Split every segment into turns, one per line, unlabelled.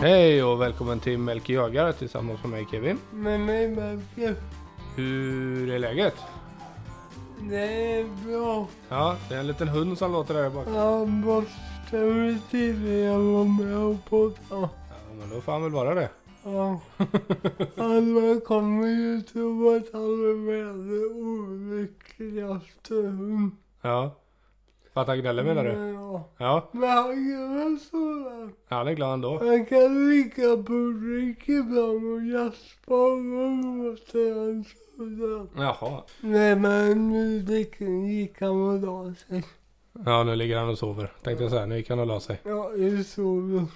Hej och välkommen till Melker Jagare tillsammans med mig Kevin.
Med mig Melke.
Hur är läget?
Det är bra.
Ja, det är en liten hund som låter där bak.
Jag måste ut till det jag var med och poddade.
Ja, men då får han väl vara det.
Ja. Alla kommer ju tro att han är världens olyckligaste hund.
Ja. För att han gnäller menar du?
Men Ja.
Ja,
Men han kan väl sådär.
han är glad ändå.
Han kan ligga på rygg ibland och jaspa och låter han sådär.
Jaha.
Nej men nu gick- gick han och la sig.
Ja, nu ligger han och sover. Tänkte jag säga, nu gick han och la sig.
Ja, det såg jag.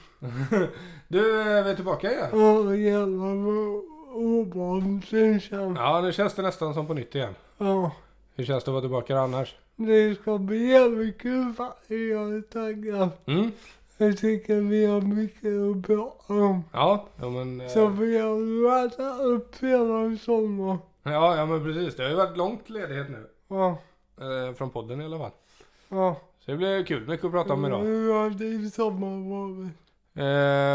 Du, eh, vi är tillbaka igen.
Ja, jävlar vad obehagligt det känns.
Ja, nu känns det nästan som på nytt igen.
Ja.
Hur känns det att vara tillbaka annars?
Det ska bli jävligt kul faktiskt. Jag är taggad.
Mm.
Jag tycker vi har mycket att prata om.
Ja, ja men... eh,
Så vi har laddat upp hela sommaren.
Ja, ja men precis. Det har ju varit långt ledighet nu.
Ja,
Eh, från podden i alla fall.
ja.
Så det blir kul. Mycket att prata om idag.
Hur har din sommar varit?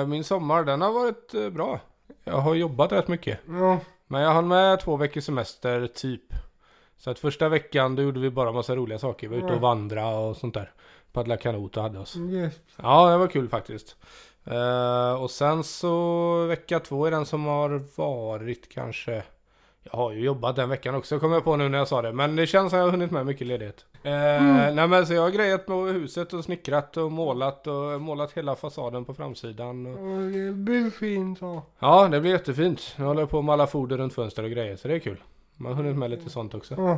Eh, min sommar den har varit eh, bra. Jag har jobbat rätt mycket.
Ja,
Men jag hann med två veckors semester typ. Så att första veckan då gjorde vi bara massa roliga saker. Vi var ute och
Mm.
vandrade och sånt där. Paddla kanot och hade oss.
yes.
Ja, det var kul faktiskt. Eh, och sen så vecka två är den som har varit kanske. Jag har ju jobbat den veckan också kommer jag på nu när jag sa det. Men det känns som jag har hunnit med mycket ledighet. Eh, Nej men så jag har grejat med huset och snickrat och målat och målat hela fasaden på framsidan. Och...
Och det blir fint så.
Ja, det blir jättefint. Nu håller jag på med alla foder runt fönster och grejer, så det är kul. Man har hunnit med lite sånt också.
Ja.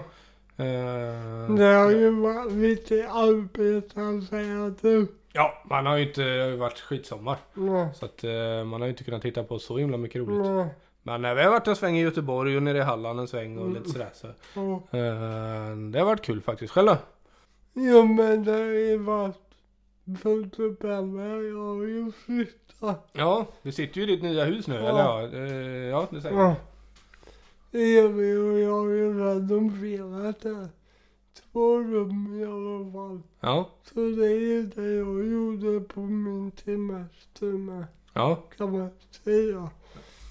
Eh,
Det har ju varit lite arbete att säga du.
ja, man har ju inte, det har ju varit skitsommar.
Nej.
Så att eh, man har ju inte kunnat titta på så himla mycket roligt.
Nej.
Men eh, vi har varit en sväng i Göteborg och nere i Halland en sväng
Mm.
och lite sådär. Så,
Ja.
eh, det har varit kul faktiskt. Själv då?
Jo men det har ju varit fullt upp hemma. Jag har ju flyttat.
Ja, du sitter ju i ditt nya hus nu,
Ja.
eller ja? Eh, ja, det säger jag.
Ja. Det gör vi och jag har ju renoverat det. Två rum i alla fall.
Ja,
Så det är ju det jag gjorde på min semester med
ja,
kan man säga.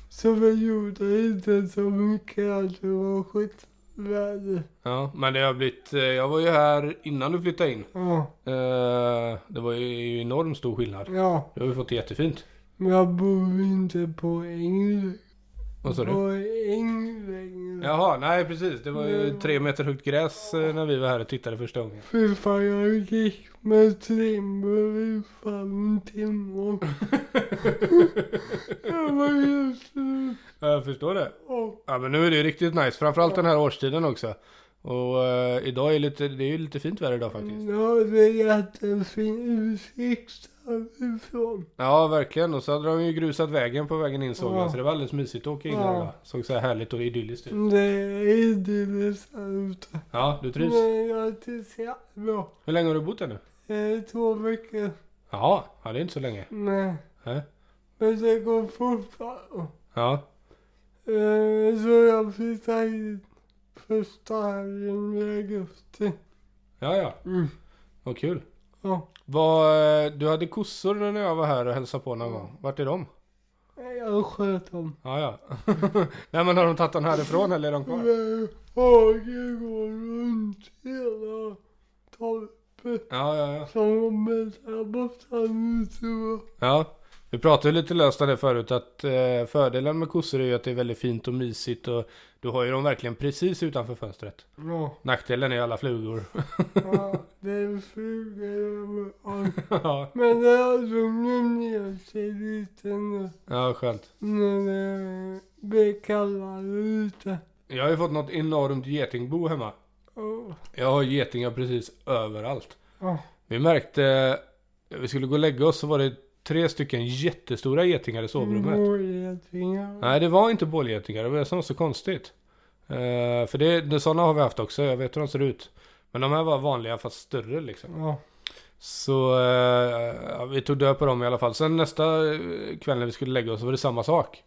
Så vi gjorde inte så mycket att det var skitväder.
ja. Men det har blivit, eh, jag var ju här innan du flyttade in.
Ja,
Eh, det var ju enormt stor skillnad.
ja.
Det har vi fått jättefint.
Men jag bor inte på äng.
Vad sa du?
På äng längre.
Jaha, nej precis. Det var
Mm.
ju tre meter högt gräs eh, när vi var här och tittade första gången.
Fy fan, jag gick med trimmer i fem timmar. Jag var helt slut.
Ja, Jag förstår det.
Och
Ja, men nu är det ju riktigt nice. Framförallt den här årstiden också. Och eh, idag är lite, det är ju lite fint väder idag faktiskt.
nu har vi jättefin utsikt härifrån.
Ja, verkligen. Och så hade de ju grusat vägen på vägen in såg jag.
Ja.
Så det var alldeles mysigt att åka in
Ja. Mm.
här idag. Såg så här härligt och idylliskt ut.
Det är idylliskt här ute.
Ja, du trivs.
Men jag trivs jättebra.
Hur länge har du bott här nu?
Det är två veckor.
Jaha, ja, det är inte så länge.
Nej.
Nej.
Men det går fortfarande.
Ja,
Eh, Så jag flyttade hit första helgen i augusti.
ja, ja.
Mm.
Vad kul.
Ja.
Vad, eh, du hade kossor när jag var här och hälsade på
Mm.
någon gång. Vart är de?
Jag sköt dem.
Ja, ja. Nej, men har de tagit den härifrån eller är de kvar?
Men Hage går runt hela torpet.
Ja, ja, ja.
Som om ett abortan tror jag.
ja. Vi pratade ju lite löst om det förut att eh, fördelen med kossor är ju att det är väldigt fint och mysigt och du har ju dem verkligen precis utanför fönstret.
Ja.
Nackdelen är ju alla flugor.
ja det flyger överallt.
ja,
Men det har lugnat ner sig lite nu.
ja, skönt.
När det blir kallare ute.
Jag har ju fått något enormt getingbo hemma.
Oh.
Jag har getingar precis överallt.
Ja.
Vi märkte, vi skulle gå och lägga oss så var det tre stycken jättestora getingar i sovrummet.
Målgetingar.
Nej, det var inte bålgetingar. Det var det som var så konstigt. Eh, för det, det, sådana har vi haft också. Jag vet hur de ser ut. Men de här var vanliga fast större liksom.
Ja.
Så eh, ja, vi tog död på dem i alla fall. Sen nästa eh, kväll när vi skulle lägga oss så var det samma sak.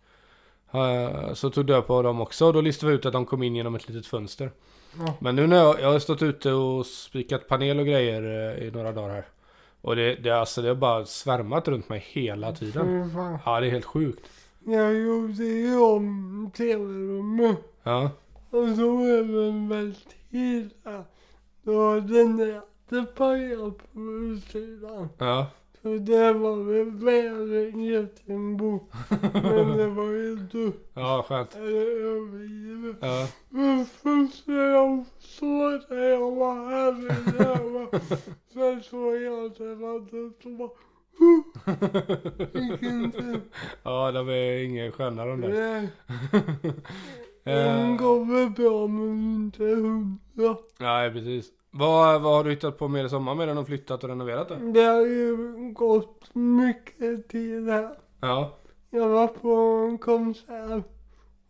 Eh, så tog död på dem också. Och då listade vi ut att de kom in genom ett litet fönster.
Ja.
Men nu när jag, jag har stått ute och spikat panel och grejer eh, i några dagar här. Och det, det, alltså, det har bara svärmat runt mig hela tiden.
Fy fan.
Ja, det är helt sjukt.
Jag gjorde ju om tv-rummet.
Ja.
Och så övervält hela. Då den hade pajat på utsidan.
Ja.
Så det var väl värre än getingbo. Men det var ju inte
Ja, skönt.
överdrivet.
Ja.
Men först när jag såg det, jag var här i Järva. Sen såg jag att det var inte så bra. Vilken tur.
Ja, de är ingen sköna de där.
Nej, Den
Eh,
går väl bra men inte hundra.
Nej, precis. Vad, vad har du hittat på mer i sommar medan de flyttat och renoverat det?
Det har ju gått mycket tid här.
Ja.
Jag var på en konsert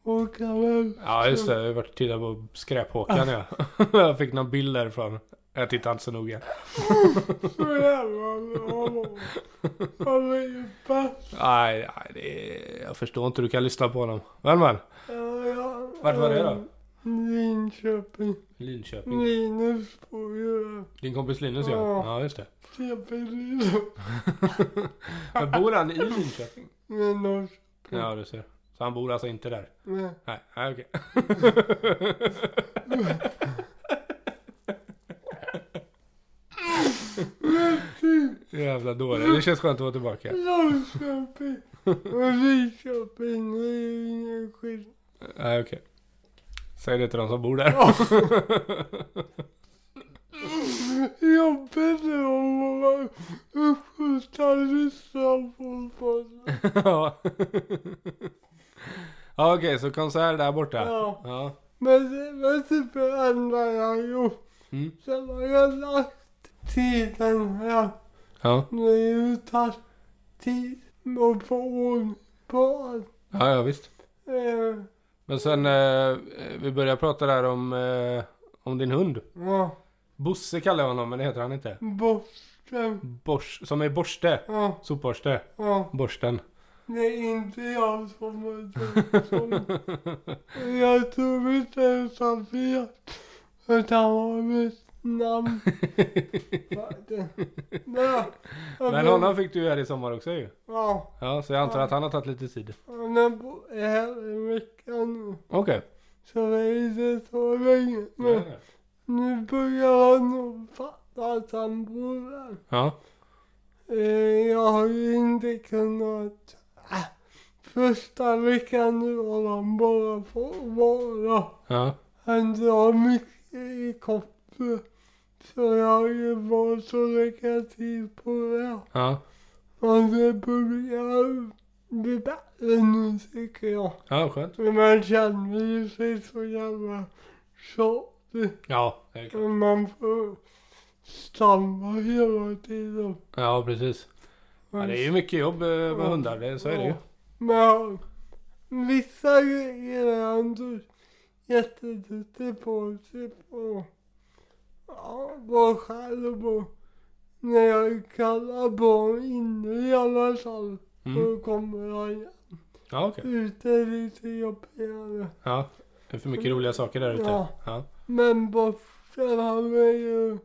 och kallade
Ja, just det. Jag har varit och tittat på skräphåkan ja. Jag fick någon bild därifrån. Jag tittar inte så noga.
så jävla bra. Han är ju bäst.
Nej, nej det är... jag förstår inte hur du kan lyssna på honom. Men men,
Ja, ja.
Vart var det då?
Linköping.
Linköping.
Linus får ju
Mm. Din kompis Linus ja.
Ja.
Ja, just det.
TP Linus.
Men bor han i Linköping?
Men Norrköping.
Ja, du ser. Så han bor alltså inte där?
Nej.
Nej, nej okej. Jävla dåre. Det känns skönt att vara tillbaka.
Norrköping och Linköping. Det är ju ingen skillnad.
Nej, okej. Säg det till de som bor där.
Jobbigt det var att vara uppskjutna och lyssna på podden.
ja, Ja, okej, så konsert där borta.
Ja.
Ja.
Men det var typ det enda jag gjort.
Mm.
Sen har jag lagt tiden här.
Ja.
Nu är det tar tid att få ordning på allt.
ja, ja visst.
Eh,
Men sen, eh, vi börjar prata där om, eh, om din hund.
Ja,
Bosse kallar jag honom, men det heter han inte.
borsten.
Bors, som är borste.
Ja,
Sopborste.
ja.
Borsten.
Det är inte jag som har tänkt så. Jag tror inte ens han vet att han har mitt namn. Men,
Men honom fick du ju här i sommar också ju.
Ja,
Ja, så jag antar
Mm. Ja.
att han har tagit lite tid.
han är på- är här i veckan nu.
Okej.
Så det är inte så länge. Men
Ja.
nu börjar han nog fatta att han bor här.
Ja.
Eh, Jag har ju inte kunnat... Äh, Första veckan nu har han bara fått vara.
Ja.
Han drar mycket i koppen. Så jag har ju valt att lägga tid på det.
Ja.
Och det börjar bli bättre nu tycker jag.
Ja, skönt.
För man känner ju sig så jävla tjatig.
Ja, det är klart.
Och Man får stamma hela tiden.
Ja, precis. Ja, det är ju mycket jobb eh, med hundar, det, så är det ju.
Men vissa grejer är han du jätteduktig på. Typ och ja, vara själv och när jag kallar på honom inne i alla fall
Mm.
så kommer han
Ja, okej.
ute lite jobbigare.
Ja. Det är för mycket roliga saker där ute.
Ja.
Ja.
Men Bosse han är ju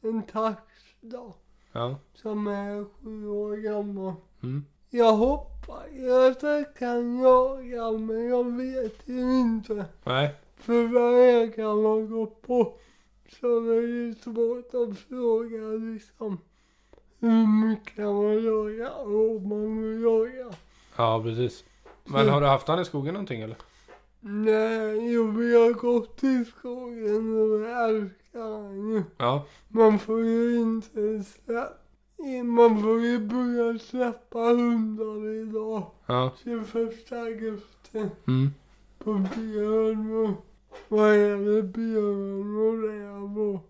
en tax då
Ja.
som är sju år gammal.
Mm.
Jag hoppas ju att jag kan jaga men jag vet ju inte.
Nej.
För vägen har gått på. Så det är ju svårt att fråga liksom hur mycket man jagar och om man vill jaga.
Ja, precis.
Mm.
Men har du haft han i skogen någonting eller?
Nej, jo vi har gått i skogen och vi älskar den ju.
Ja.
Man får ju inte släppa. Man får ju börja släppa hundar idag.
Ja.
21 augusti.
Mm.
på björn och vad är det björn och räv och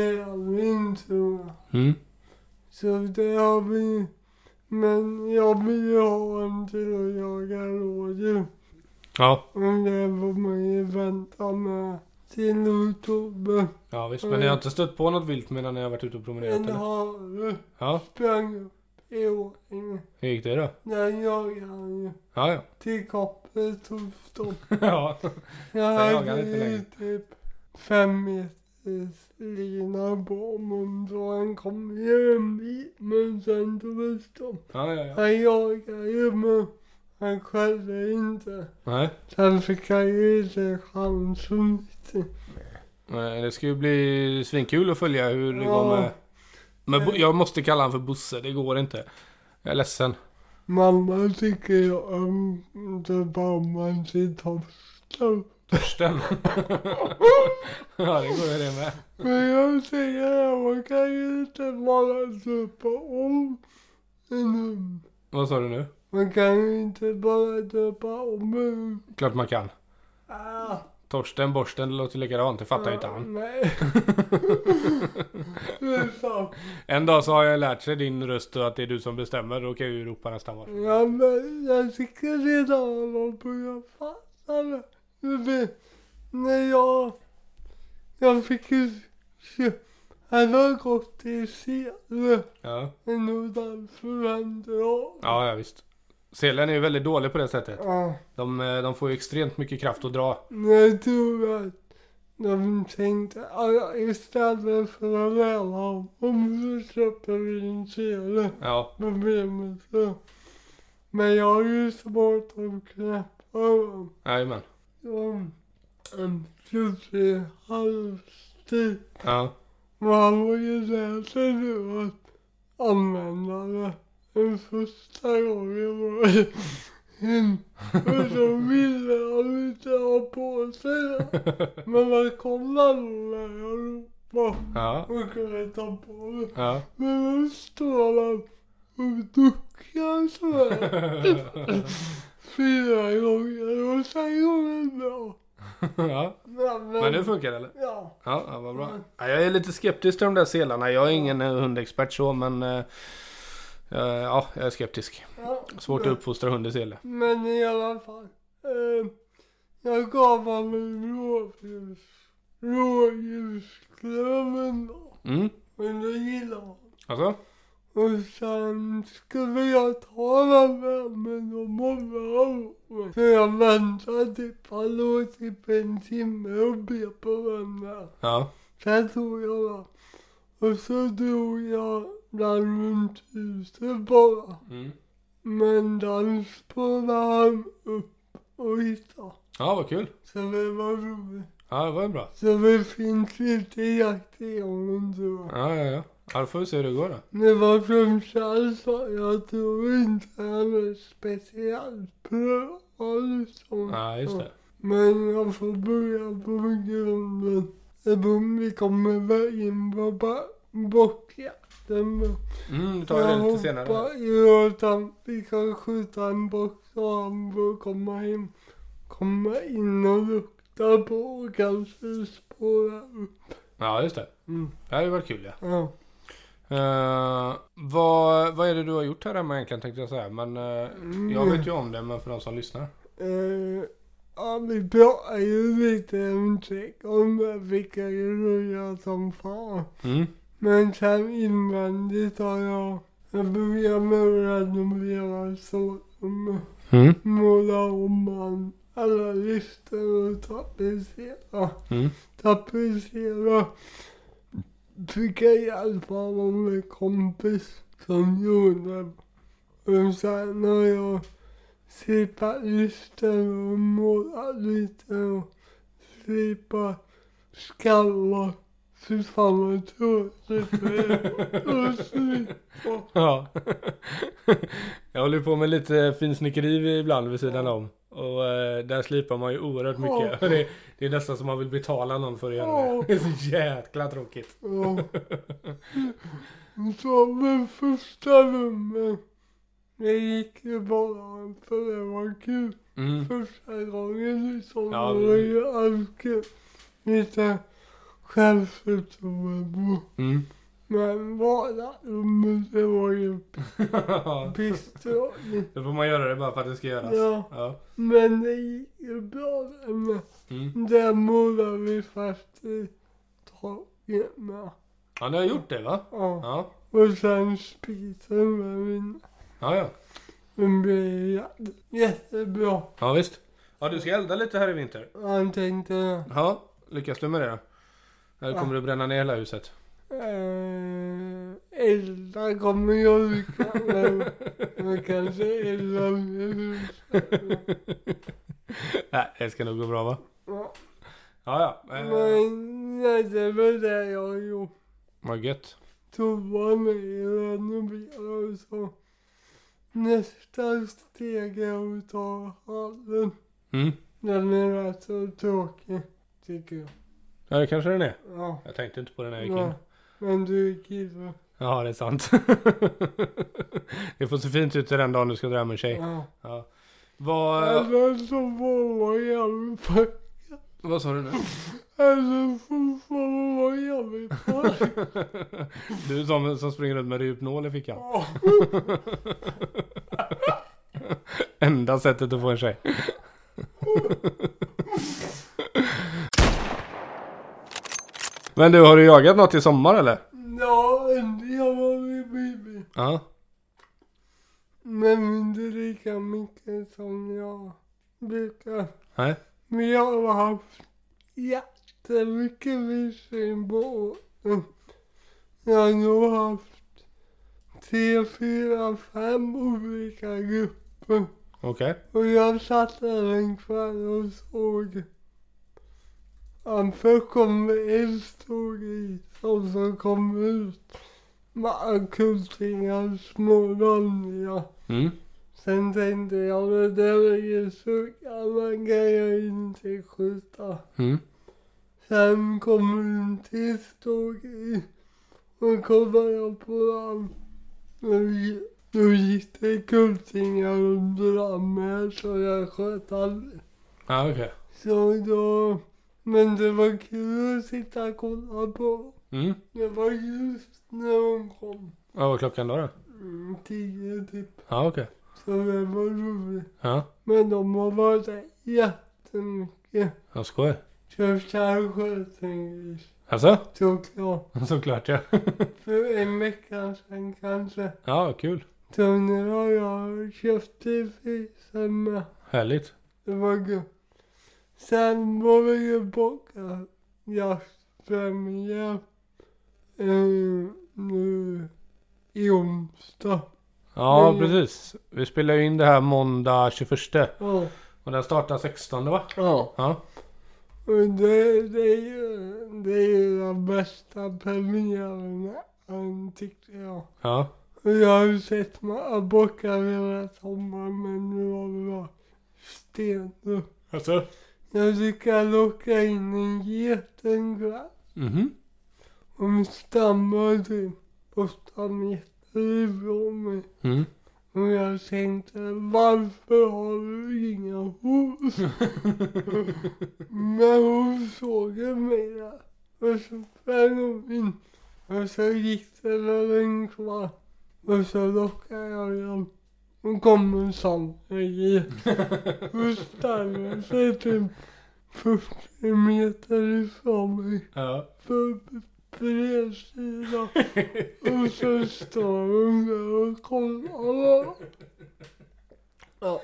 grävling tror jag.
Mm.
Så det har vi. Men jag vill ju ha en till att jaga rådjur.
Ja.
Och det får man ju vänta med till oktober.
Ja, visst. Men ni
Mm.
har inte stött på något vilt medan ni har varit ute och promenerat
En
eller?
hare
Ja.
sprang upp i ordning.
Hur gick det då?
Den jagade han ju.
Ja, ja.
Till kopplet tog stopp.
ja.
Jag
jagar
hade
lite längre.
ju typ fem meter Lina Bormund och han kom ju en bit men sen tog de.
Ja, ja, ja.
Han jagade ju men han skällde inte.
Nej.
Sen fick han ju inte chansen riktigt.
Nej, det ska ju bli svinkul att följa hur det
Ja.
går med... Men Bo- jag måste kalla han för Bosse, det går inte. Jag är ledsen.
Mamma tycker jag om det bara man till Tofta.
Torsten. ja, det går ju det med.
Men jag säger att man kan ju inte bara döpa om en hund.
Vad sa du nu?
Man kan ju inte bara döpa om en hund.
Klart man kan.
Ah,
Torsten, Borsten, det låter likadant. Det fattar ju inte han.
Nej. det är sant.
En dag så har jag lärt sig din röst och att det är du som bestämmer. Då kan jag ju ropa nästan vad som
Ja, men jag tycker redan att jag fattade. Du vet, alltså. när jag... Jag fick ju se... Han har gått till Sele.
Ja,
En utan förändrar.
ja, ja visst. Selen är ju väldigt dålig på det sättet.
Ja.
De, eh, de får ju extremt mycket kraft att dra.
Jag tror att de tänkte att istället för att lära om så köper vi en sele.
Ja,
Problemet så. Men jag har ju svårt att knäppa dem.
jajamän.
De en fluffig halsduk.
Ja,
Man har ju lärt sig nu att använda det en första gången var det en Mm. och så ville han inte ha på sig det. Men man kollade när jag ropade
ja,
och kunde ta på det.
ja.
Men då står han och duckar sådär fyra gånger och sen går det bra.
ja.
Men,
Men det funkar eller?
Ja.
Ja, ja vad bra.
Mm.
Ja, jag är lite skeptisk till de där selarna. Jag är ingen eh, hundexpert så, men... eh, eh, ja, jag är skeptisk.
ja.
Svårt att uppfostra hund i sele.
Men i alla fall. Eh, jag gav honom rådljus. Rådjursklöven då.
Mm,
Men det gillade han.
alltså?
Och sen skulle jag ta den där men då mobbade han mig. Så jag väntade typ, han låg typ en timme och bet på den där.
Ja,
Sen tog jag den. Och så drog jag den runt huset bara.
mm.
Men den spårade han upp och hittade.
ja vad kul.
Så det var roligt.
Ja, det var ju bra.
Så det finns lite jakt i honom tror jag.
Ja, ja, ja. Ja, då får vi se hur det går då.
Det var som Kjell sa, jag tror inte han är speciellt prövad liksom.
Ja, just det.
Men jag får börja på grunden. Eftersom vi kommer väl in på ba- bockjakten. Men
Mm, vi tar det lite
Jag
senare.
hoppas ju att han- vi kan skjuta en bock så han får komma hem. Komma in och lukta på och kanske spåra upp.
Ja, just det.
Mm.
Det hade ju varit kul ja.
Ja.
Eh, vad, vad är det du har gjort här hemma egentligen tänkte jag säga. Men eh, jag vet ju om det, men för de som lyssnar.
Mm. Eh, ja, vi pratade ju lite om check om det, vilka grejer som fan.
Mm.
Men sen invändigt har jag, jag började med att renovera sovrummet.
Mm.
Måla om han alla listor och tapetsera.
Mm.
Tapetsera. Fick jag hjälp av en kompis som gjorde. Och sen har jag slipat listor och målat lite och slipat skallar. Fy fan vad tråkigt det är att slipa.
Ja. jag håller på med lite finsnickeri ibland vid sidan om. Och eh, där slipar man ju oerhört mycket.
Ja.
Det, det är nästan som man vill betala någon för att göra det.
Ja.
Det är så jäkla tråkigt.
Ja. Så men första rummet. Det gick ju bara för det var kul.
Mm.
Första gången liksom.
Ja,
Ja, det var ju alltid lite självförtroende.
Mm.
Men vardagsrummet det var ju pisstråkigt.
Då får man göra det bara för att det ska göras.
Ja,
Ja.
men det gick ju bra det med.
Mm.
Där målade vi fast i taket med.
ja, ni har gjort det va?
Ja.
Ja.
Och sen spisen med min
Ja, ja.
Den blir jä- jättebra.
Ja, visst. Ja, du ska elda lite här i vinter.
Han tänkte,
Ja, lyckas du med det då? Eller kommer du bränna ner hela huset?
Eh, Elda kommer jag lyckas med. Men kanske elda mer.
Nej, det ska nog gå bra va?
Ja,
Ja, ja. Eh,
Men det är väl det jag har gjort.
Vad gött.
Toa mig och renovera och så. Nästa steg är att ta hallen.
Mm.
Den är rätt så tråkig, tycker jag.
Ja, det kanske den är.
Ja.
Jag tänkte inte på den här gick in.
ja. Men du är kille.
Ja, det är sant. det får se fint ut den dagen du ska dra med en tjej.
Ja.
Ja. Vad,
Eller Alltså, så får man jävligt pack.
vad sa du nu?
Eller så får man vara jävligt pack.
Du som, som springer runt med rypnål i fickan.
Ja.
Enda sättet att få en tjej. Men du, har du jagat något i sommar eller?
Ja, jag var med Bibi.
Ja.
Men inte lika mycket som jag brukar.
Nej.
Men jag har haft jättemycket vildsvin på året. Jag har nog haft tre, fyra, fem olika grupper.
Okej.
Och jag satt där en kväll och såg. att först kom en stor gris och så kom ut med kultingar, små randiga.
Mm.
Sen tänkte jag, det där är ju så gammal kan jag inte skjuta.
Mm.
Sen kom en till stor gris. Och kollade jag på den. Då gi- Då gick det kultingar under den med så jag sköt aldrig.
Ja, okej.
Så då... Men det var kul att sitta och kolla på.
Mm.
Det var just när hon kom.
Ja, vad var klockan då då?
Mm, tio typ.
Ja, okej.
Så det var roligt.
Ja.
Men de har varit där jättemycket.
Jag skojar.
Köpte skötengris.
Alltså?
Såklart.
Såklart ja.
För en vecka sedan kanske.
Ja, kul.
Så nu har jag köpt till frysen med.
Härligt.
Det var gött. Sen var vi ju borta jaktpremiär. Eh, nu i onsdag.
Ja,
Men-
precis. Vi spelar ju in det här måndag 21.
Ja.
Och den startar 16 va?
ja.
Ja.
Och det, det, är ju, det är ju den bästa premiären än, tyckte jag.
Ja.
Och jag har ju sett många bockar hela sommaren men nu har vi bara stenhårt.
Alltså?
Jag lyckades locka in en get en kväll.
Mhm.
Hon stammade och stammade ifrån mig.
Mm.
Och jag tänkte, varför har du inga hus? Men hon såg mig där. Och så sprang hon in. Och så gick det väl en kvart. Och så lockade jag dem. Och kom en samlare. Och stannade sig typ 40 meter ifrån mig
Ja.
på bred sida. Och så står hon där och kollar. Ja.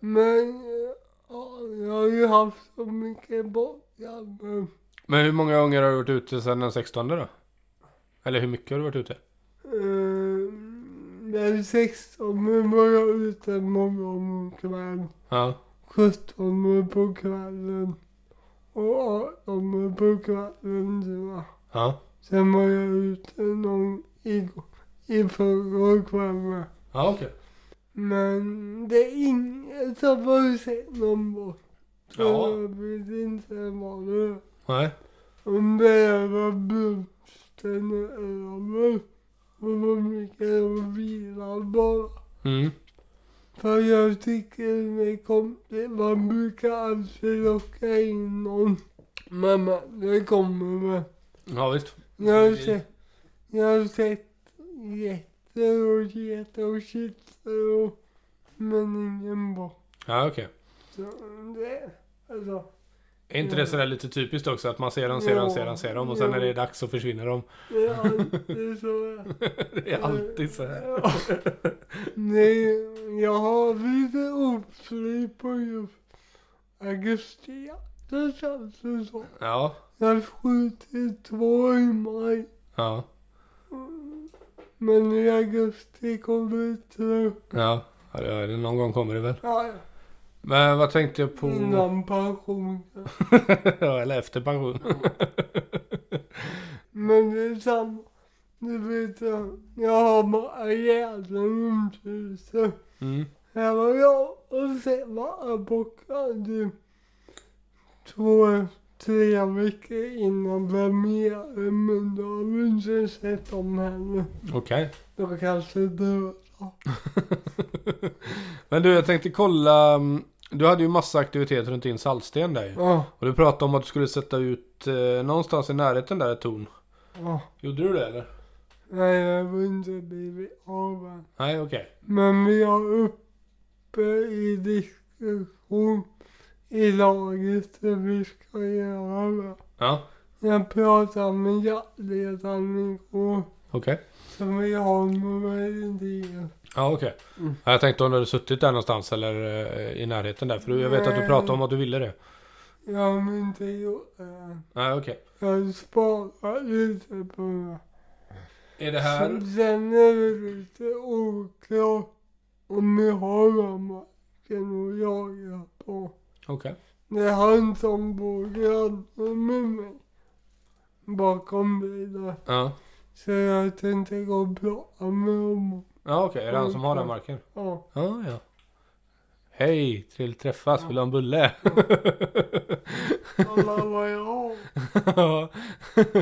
Men eh, ja, jag har ju haft så mycket bakar nu.
Men hur många gånger har du varit ute sedan den 16 då? Eller hur mycket har du varit ute?
Eh, Den 16 var jag ute morgon och kväll.
Ja.
17 på kvällen. Och 18 på kvällen tror jag.
Ja.
Sen var jag ute någon i, i förrgår kväll med.
Ja, okej.
Men det är ingen som har sett någon bort. Så
Jaha.
jag vet inte vad det är.
Nej.
Om det är vad blomsten är över. Och vad mycket jag vilar bara.
Mm.
För jag tycker det kom, det, man brukar alltid locka in någon. Men men, det kommer väl.
Ja, visst.
Jag har sett, jag har sett getter och getter och kittlor och men ingen bock.
Ja, okej.
Så det, alltså,
Är inte det sådär lite typiskt också att man ser dem, ser dem, ser dem, ser dem och sen när det är dags så försvinner de?
det är alltid så.
Det är alltid så här.
Ja. Nej, jag har lite oflyt på just augusti. Det känns det som.
Ja.
Jag skjuter två i maj.
Ja.
Men i augusti kommer det tre.
Ja. ja det är det. Någon gång kommer det väl.
Ja,
Men vad tänkte jag på?
innan pensionen.
ja, eller efter pension.
Men det är samma. Du vet, jag, jag har bara jävla rymdhuset.
Mm.
Här var jag och sen var jag borta typ två, tre veckor innan premiären. Men då har vi inte sett om henne.
Okej.
Då kanske du...
Men du, jag tänkte kolla. mm, Du hade ju massa aktiviteter runt din saltsten där ju.
Ja,
Och du pratade om att du skulle sätta ut eh, någonstans i närheten där ett torn.
ja.
Gjorde du det eller?
Nej, jag har inte blivit av än.
Nej, okej.
Men vi har uppe i diskussion i laget hur vi ska göra det.
Ja,
Jag pratade med jaktledaren igår.
okej.
Så vi har några idéer.
Ja, okej.
Mm.
Ja, Jag tänkte om du hade suttit där någonstans eller eh, i närheten där. För du- jag vet att du
Nej.
pratade om att du ville det.
Jag har inte gjort det än.
Nej, okej.
Jag sparar lite på det.
Är det
Så
här...
Sen är det lite oklart om vi har den marken att jaga på.
Okej.
Det är han som bor granne med mig. Bakom mig där.
Ja.
Så jag tänkte gå och prata med honom.
Ja, okej. Är det han som har den marken?
Ja.
Ja, ja. Hej, trevligt träffas. Vill du ha en bulle?
Kolla vad jag har.
Ja.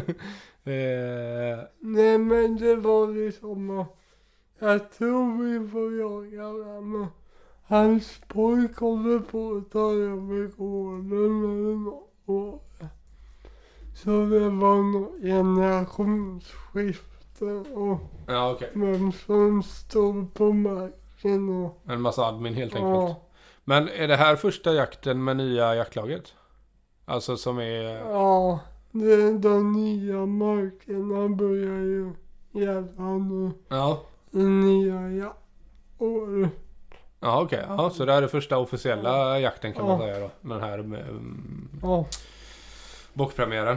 Eh,
Nej men det var liksom att jag tror vi får jaga den. men Hans pojk kommer på att ta över gården eller något. år. Så det var något generationsskifte och
Ja, okej.
vem som stod på marken och
En massa admin helt enkelt.
ja,
Men är det här första jakten med nya jaktlaget? Alltså som är...
ja, det, de nya markerna börjar ju gälla nu.
Ja.
I nya jaktår.
Ja okej, ja, så det här är första officiella jakten kan man
Ja.
säga då. Den här um,
Ja,
bockpremiären.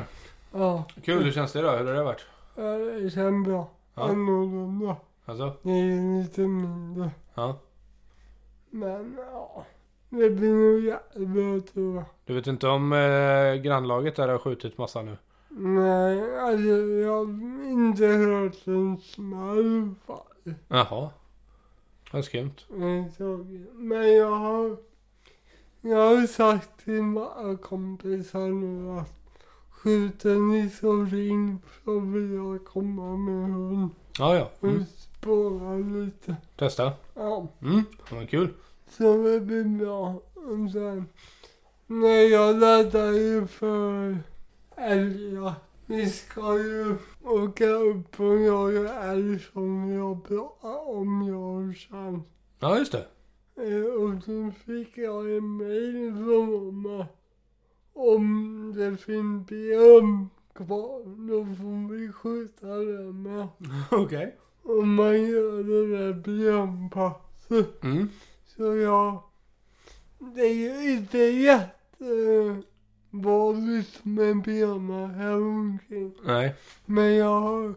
ja.
Kul, hur känns det då? Hur har det varit?
Ja, Det känns bra.
Ja.
Annorlunda.
Alltså?
Det är lite mindre.
Ja.
Men ja, det blir nog jättebra tror jag.
Du vet inte om eh, grannlaget där har skjutit massa nu?
Nej, alltså jag har inte hört en smäll fall.
Jaha. Vad skumt.
Nej, sorry. Men jag har, jag har sagt till mina kompisar nu att skjuter ni så ring så vill jag komma med hund
Ja, ja.
och
Mm.
spåra lite.
Testa.
Ja.
Mm. Vad kul.
Så det blir bra. Och sen, när jag laddar ju för älgar. Vi ska ju åka upp och jaga älg som jag pratade om jag och Chan.
Ja, just det.
Eh, Och så fick jag en mail från mamma. Om det finns björn kvar, då får vi skjuta den med.
okej.
Om man gör det där björnpasset.
Mm.
Så jag... Det är ju inte jättevanligt med björnar här omkring.
Nej.
Men jag har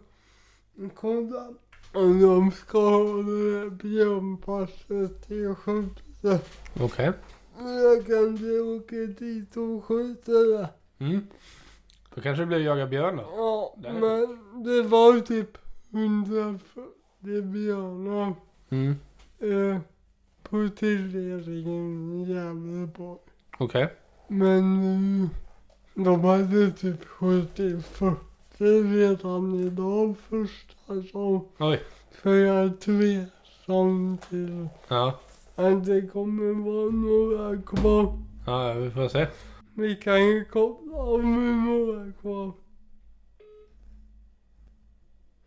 kollat om de ska ha det där björnpasset till Skövde.
Okej.
Jag kanske åker dit och skjuter det.
Mm. Då kanske det blir jaga björn då?
Ja,
Där är
men det var typ 140 björnar
Mm.
eh, på tilldelningen i Gävleborg.
Okej.
Men eh, de hade typ skjutit 40 redan idag första som
Oj.
För jag är tveksam till
Ja.
att det kommer vara några kvar.
Ja, vi får se.
Vi kan ju kolla om det är några kvar.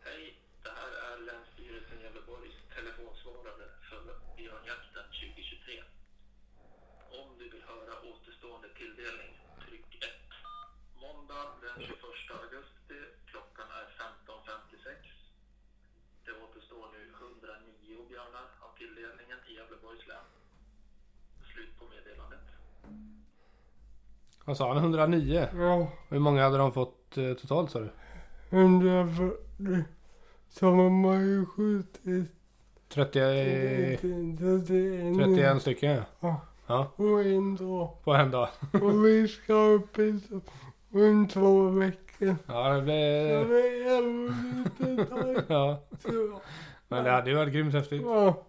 Hej, det här är Länsstyrelsen Gävleborgs telefonsvarare för björnjakten 2023. Om du vill höra återstående tilldelning, tryck 1. Måndag den 21 augusti, klockan är 15.56. Det återstår nu 109 björnar av tilldelningen i Gävleborgs län. Slut på meddelandet.
Vad sa han? 109?
Ja,
Hur många hade de fått eh, totalt sa du?
140. Så har man ju skjutit
30, 31
31
stycken ja.
och en dag.
På en dag.
Och vi ska upp i så- om två veckor.
Ja, det blev...
Så vi är lite tajt,
Ja.
tror jag.
Men det hade ju varit grymt häftigt.
Ja.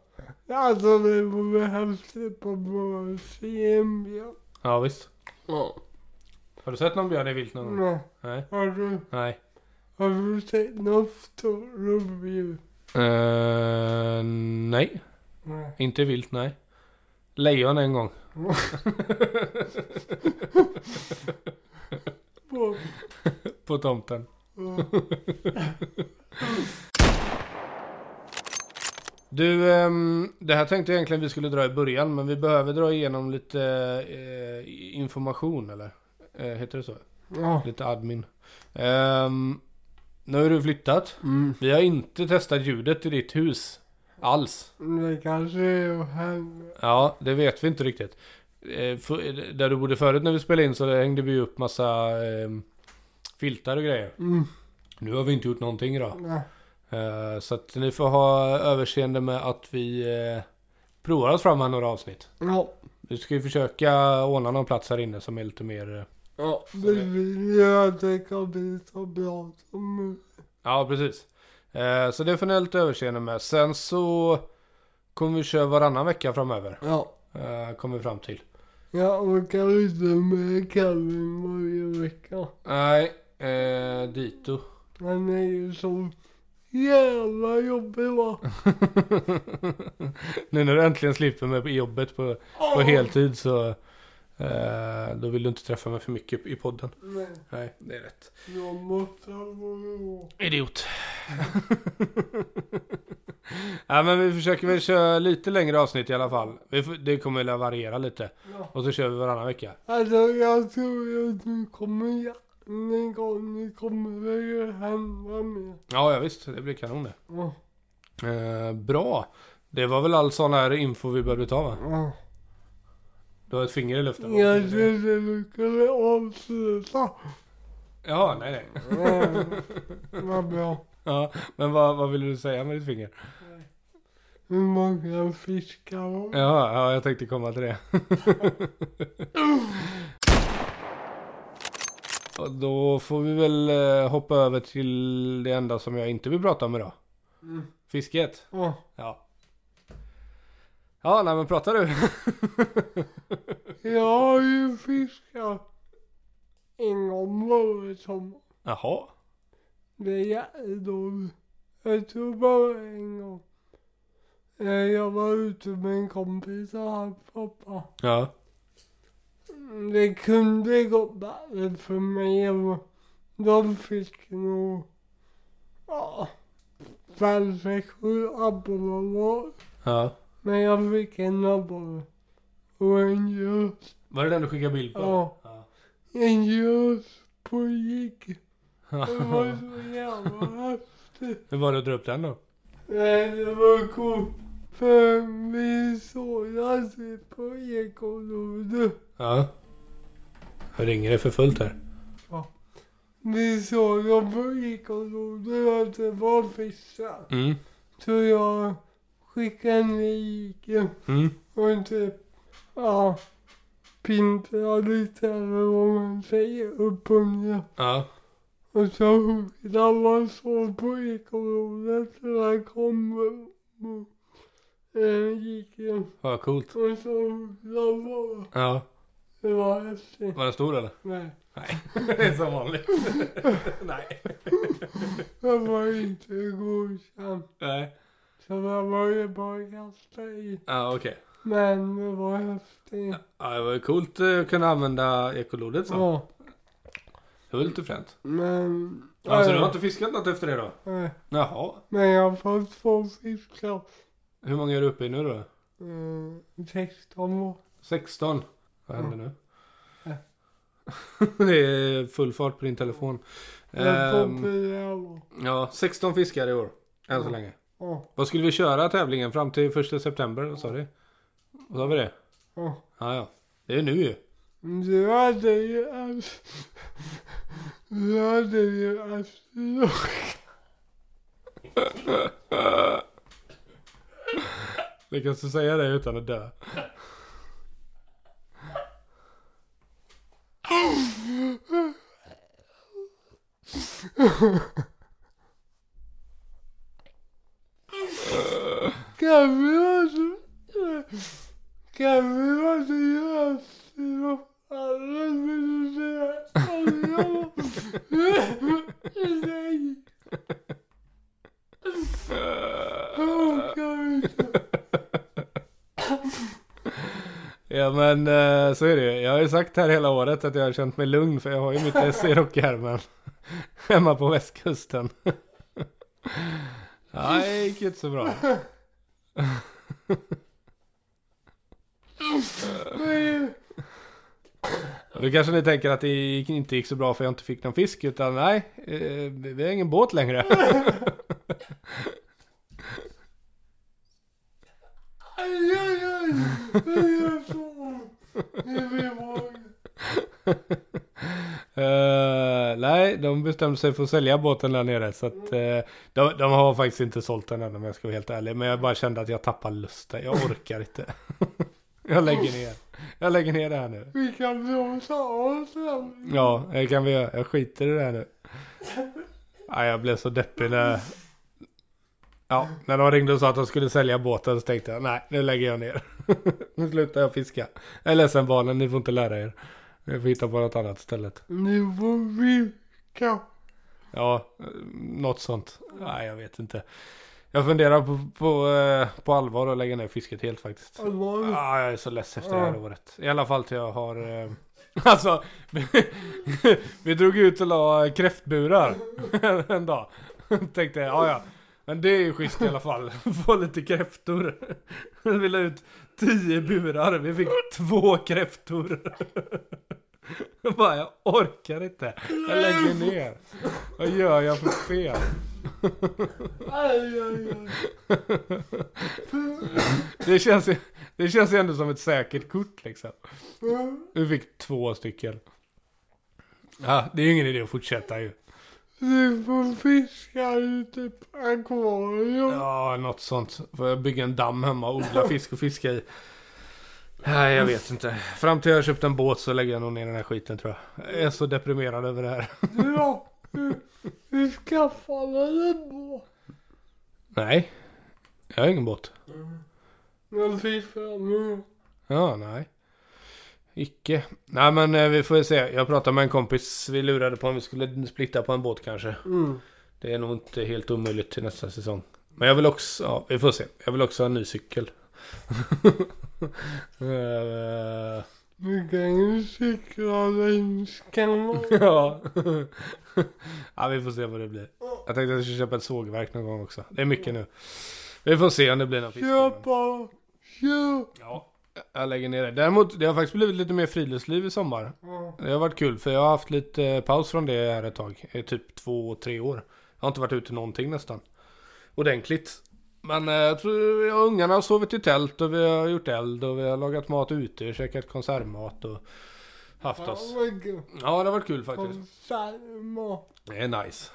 Alltså det vore häftigt på vår CM-björn.
Ja, visst.
Ja.
Har du sett någon björn i vilt någon gång?
Nej.
Nej.
Har du,
Nej.
har du sett något stort rovdjur?
Eh, nej.
Nej.
Inte vilt, nej. Lejon en gång.
På-
På tomten.
ja.
Du, ehm, det här tänkte jag egentligen vi skulle dra i början, men vi behöver dra igenom lite eh, information, eller? Eh, heter det så?
Ja.
Lite admin. Ehm, nu har du flyttat.
Mm.
Vi har inte testat ljudet i ditt hus. Alls.
Det kanske är att hända.
Ja, det vet vi inte riktigt. Eh, för, där du bodde förut när vi spelade in så hängde vi ju upp massa eh, filtar och grejer.
Mm.
Nu har vi inte gjort någonting idag.
Nej.
Eh, så att ni får ha överseende med att vi eh, provar oss fram här några avsnitt.
Ja.
Vi ska ju försöka ordna någon plats här inne som är lite mer... Eh,
Ja. Vi vill ju att det kan bli så bra som möjligt.
ja, precis. Eh, så det får ni ha lite överseende med. Sen så kommer vi köra varannan vecka framöver.
Ja.
Eh, kommer vi fram till.
Ja, och kan inte med Kevin varje vecka.
Nej, eh, dito.
Han är ju så jävla jobbig va.
nu när du äntligen slipper mig på jobbet på, på
Åh!
heltid så eh, då vill du inte träffa mig för mycket i podden.
Men
Nej, det är rätt.
jag måste gå då.
Idiot. Nej men vi försöker väl köra lite längre avsnitt i alla fall. Vi får, det kommer väl att variera lite.
Ja.
Och så kör vi varannan vecka.
Alltså jag tror ju att ni kommer gärna igång. Ni kommer det ju hända mer.
Ja, ja visst. Det blir kanon det.
Ja.
Eh, bra. Det var väl all sån här info vi behövde ta va?
Ja.
Du har ett finger i luften.
Jag trodde du skulle avsluta.
Jaha, nej nej.
Ja, Vad bra.
Ja, men vad, vad ville du säga med ditt finger?
Hur många fiskar har du?
Ja, ja, jag tänkte komma till det. Och då får vi väl eh, hoppa över till det enda som jag inte vill prata om idag.
Mm.
Fisket.
Ja.
Ja. Ja, nej men pratar du?
Jag har ju fiskat en gång varje sommar.
Jaha.
Det är jättedåligt. Jag tror bara en gång. Eh, Jag var ute med en kompis och hans pappa.
Ja.
Mm, Det kunde gått bättre för mig. och De fick nog... Ja, fem, sex, sju abborrar var.
Ja.
Men jag fick en abborre. Och en gös.
Var det den du skickade bild på?
Ja.
Ja.
En gös på gick. Det var så jävla häftigt.
Hur var det att dra upp den då?
Nej, det var coolt. För vi såg alltså på Ekonomen.
Ja. Jag ringer det för fullt här.
Vi såg dem på Ekonomen att det var fiskar.
Mm.
Så jag skickade ner jiken
Mm.
och typ, ja, pimplade lite eller vad man säger upp och ner.
Ja.
Och så hugg man så på Ekonomen så han kom och eh, jiken.
Vad coolt.
Och så hugg han bara.
Ja.
Det var häftigt.
Var den stor eller?
Nej,
Nej. det är som vanligt. Nej.
jag var inte godkänd.
Nej.
Så det var ju bara att kasta i.
Ja, okej.
Men det var häftigt.
Ja, det var ju coolt eh, att kunna använda ekolodet så.
Ja,
Det var lite fränt.
men...
Alltså du har inte fiskat något efter det då?
Nej,
Jaha.
men jag har fått två fiskar.
Hur många är du uppe i nu då?
Eh, 16 år.
16. Vad händer nu?
Ja.
det är full fart på din telefon.
Jag
Ehm,
får fyra år.
ja, 16 fiskar i år. Än så länge.
Ja,
Vad skulle vi köra tävlingen fram till 1 september? Vad sa du? Vad sa vi det?
ja.
Ja, ja. Det är nu ju.
Du hade ju haft... Du hade ju haft
Lyckas du säga det utan att dö?
Kan vi alltså... Kan vi alltså göra så? Alla vill säga att jag... Nej.
Eh,
Jag orkar inte.
Ja men eh, så är det ju. Jag har ju sagt här hela året att jag har känt mig lugn för jag har ju mitt SC Rock i ärmen. Hemma på västkusten. Nej, det gick ju inte så bra.
Men-
Och då kanske ni tänker att det gick, inte gick så bra för jag inte fick någon fisk utan nej, eh, vi har ingen båt längre.
Aj, aj, aj. Det gör så ont. Det blir magen.
Eh, nej, de bestämde sig för att sälja båten där nere. Så att, eh, de, de har faktiskt inte sålt den än om jag ska vara helt ärlig. Men jag bara kände att jag tappar lusten. Jag orkar inte. jag lägger ner. Jag lägger ner det här nu.
Vi kan blåsa av sen.
Ja, det kan vi göra. Jag skiter i det här nu. Nej, jag blev så deppig när... Ja, när de ringde och sa att de skulle sälja båten så tänkte jag nej, nu lägger jag ner. nu slutar jag fiska. Jag är ledsen barnen, ni får inte lära er. Vi får hitta på något annat istället.
Ni får vinka.
Ja, eh, något sånt. Nej, jag vet inte. Jag funderar på, på, eh, på allvar att lägga ner fisket helt faktiskt.
Allvarligt.
Ah, jag är så less efter det här
Ja.
året. I alla fall till jag har... Eh, alltså, vi, vi drog ut och la kräftburar en dag. Tänkte, ja ja. Men det är ju schysst i alla fall. Få lite kräftor. Vi la ut tio burar. Vi fick två kräftor. Jag bara, jag orkar inte. Jag lägger ner. Vad gör jag för fel?
Aj, aj, aj.
Det känns, ju- det känns ju ändå som ett säkert kort liksom.
Ja.
Vi fick två stycken. Ja, det är ju ingen idé att fortsätta ju.
Ni får fiska ute på akvarium.
Ja, något sånt. Får jag bygga en damm hemma och odla fisk och fiska i? Nej, jag vet inte. Fram till jag har köpt en båt så lägger jag nog ner den här skiten tror jag. Jag är så deprimerad över det här.
Ja, vi- vi skaffade en båt.
Nej, jag har ingen båt.
Men fy fan. nu-
Ja, nej. Icke. Nej, men eh, vi får se. Jag pratade med en kompis. Vi lurade på om vi skulle splitta på en båt kanske.
Mm.
Det är nog inte helt omöjligt till nästa säsong. Men jag vill också, ja vi får se. Jag vill också ha en ny cykel. Eh,
Vi kan ju cykla längs kanalen.
ja. ja, vi får se vad det blir. Jag tänkte att jag skulle köpa ett sågverk någon gång också. Det är mycket nu. Vi får se om det blir någon fisk.
Köpa, köpa.
Ja, jag lägger ner det. Däremot, det har faktiskt blivit lite mer friluftsliv i sommar. Det har varit kul för jag har haft lite eh, paus från det här ett tag. Eh, Typ två, tre år. Jag har inte varit ute någonting nästan. Ordentligt. Men eh, jag tror jag och ungarna har sovit i tält och vi har gjort eld och vi har lagat mat ute och käkat konservmat och haft oss. Ja, det har varit kul faktiskt.
Konservmat.
Det är nice.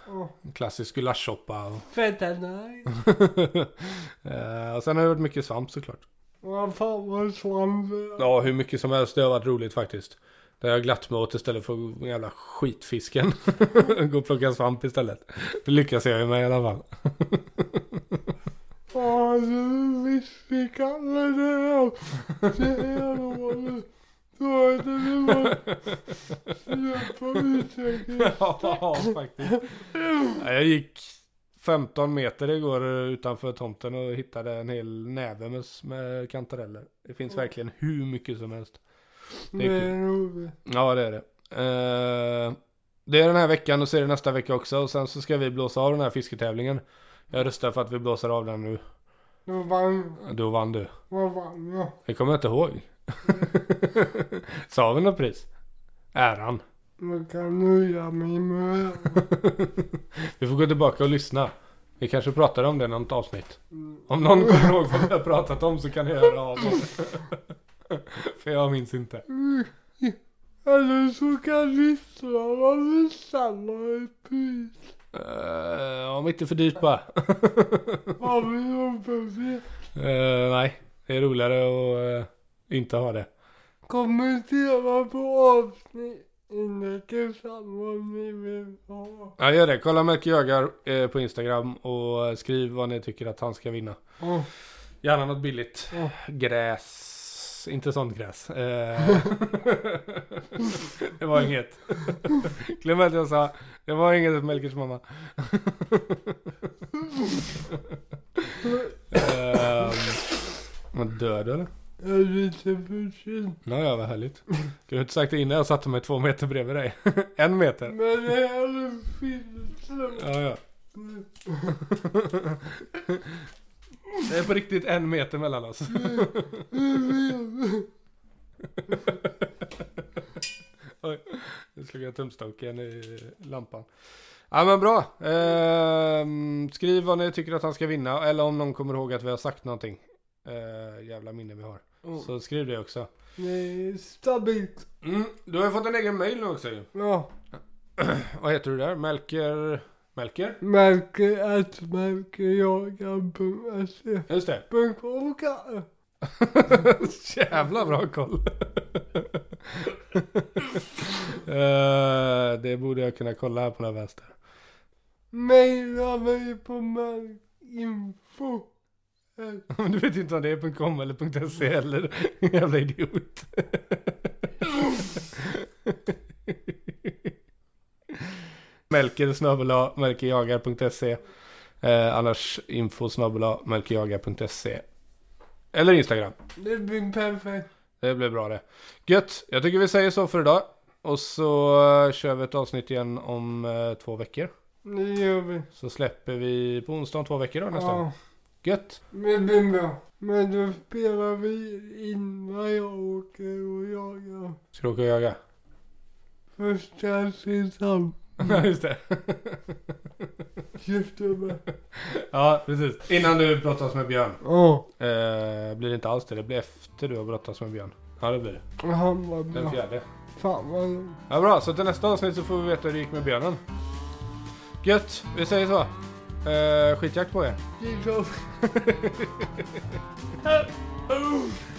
Klassisk gulaschsoppa och...
Feta nice.
Eh, och sen har det varit mycket svamp såklart.
Vad fan vad svamp.
Ja, hur mycket som helst. Det har varit roligt faktiskt. Det har jag glatt mig åt istället för den jävla skitfisken. Gå och plocka svamp istället. Det lyckas jag ju med i alla fall.
Ja, du misslyckades med det här. Det här var Då är det vi var... Släppa utvecklingen.
ja, faktiskt. Ja, jag gick 15 meter igår utanför tomten och hittade en hel näve med, med kantareller. Det finns verkligen hur mycket som helst. Det
Det
är
är roligt.
Ja, det är det. Eh, det är den här veckan och så är det nästa vecka också. Och sen så ska vi blåsa av den här fisketävlingen. Jag röstar för att vi blåser av den nu.
Då vann
Då vann du.
Vad vann jag?
Det kommer jag inte ihåg. Mm. Sa vi något pris? Äran.
Man kan nöja mig med
vi får gå tillbaka och lyssna. Vi kanske pratade om det i något avsnitt. Om någon kommer ihåg vad vi har pratat om så kan ni höra av er. För jag minns inte.
Eller så kan lyssnarna bestämma ett pris.
Eh, om inte för dyrt bara.
Vad vill de för det?
Eh, nej, det är roligare att eh, inte ha det.
Kommentera på avsnittet tillsammans ni vill ha.
Ja, gör det. Kolla Melker Jögar eh, på Instagram och eh, skriv vad ni tycker att han ska vinna.
Åh,
Gärna något billigt.
åh.
Gräs. Inte sånt gräs. Eh, det var inget. Glöm att jag sa. Det var inget för Melkers mamma. Ehm, Men Ehm, dör du eller?
Jag är lite förkyld.
Ja, ja, vad härligt. Du har inte sagt det innan jag satte mig två meter bredvid dig. en meter.
Men det är en filter.
Ja, ja. Det är på riktigt en meter mellan oss. Oj, nu slog jag tumstocken i lampan. Ja men bra. Ehm, skriv vad ni tycker att han ska vinna eller om någon kommer ihåg att vi har sagt någonting. Eh, jävla minne vi har.
Oh,
Så skriv det också.
det är stabilt.
Mm, du har ju fått en egen mail nu också ju.
Ja,
Vad heter du där? Melker? Melker?
märker att märker jag kan pumpa sig.
Just det.
Punkt åka.
Jävla bra koll. Eh, det borde jag kunna kolla här på den här vänster.
Mejla mig på märkinfo.
Men du vet inte om det är .com eller .se eller jävla idiot. Melker snabel-a, melkerjagar.se eh, Annars info snabel-a, melkerjagar.se Eller Instagram.
Det blir perfekt.
Det blir bra det. Gött, jag tycker vi säger så för idag. Och så eh, kör vi ett avsnitt igen om eh, två veckor.
Det gör vi.
Så släpper vi på onsdag om två veckor då nästan.
Ja,
Gött!
det blir bra. Men då spelar vi in vad jag åker och jagar.
Ska du åka och jaga?
Första säsong.
Ja, just det.
Köpte
Ja, precis. Innan du brottas med Björn.
Ja,
Eh, blir det inte alls det. Det blir efter du har brottats med Björn. Ja, det blir det.
han var
Den
bra.
fjärde.
Fan vad lång.
Ja, bra. Så till nästa avsnitt så får vi veta hur det gick med björnen. Gött! Vi säger så. Eh, skitjakt på er.
Det är så-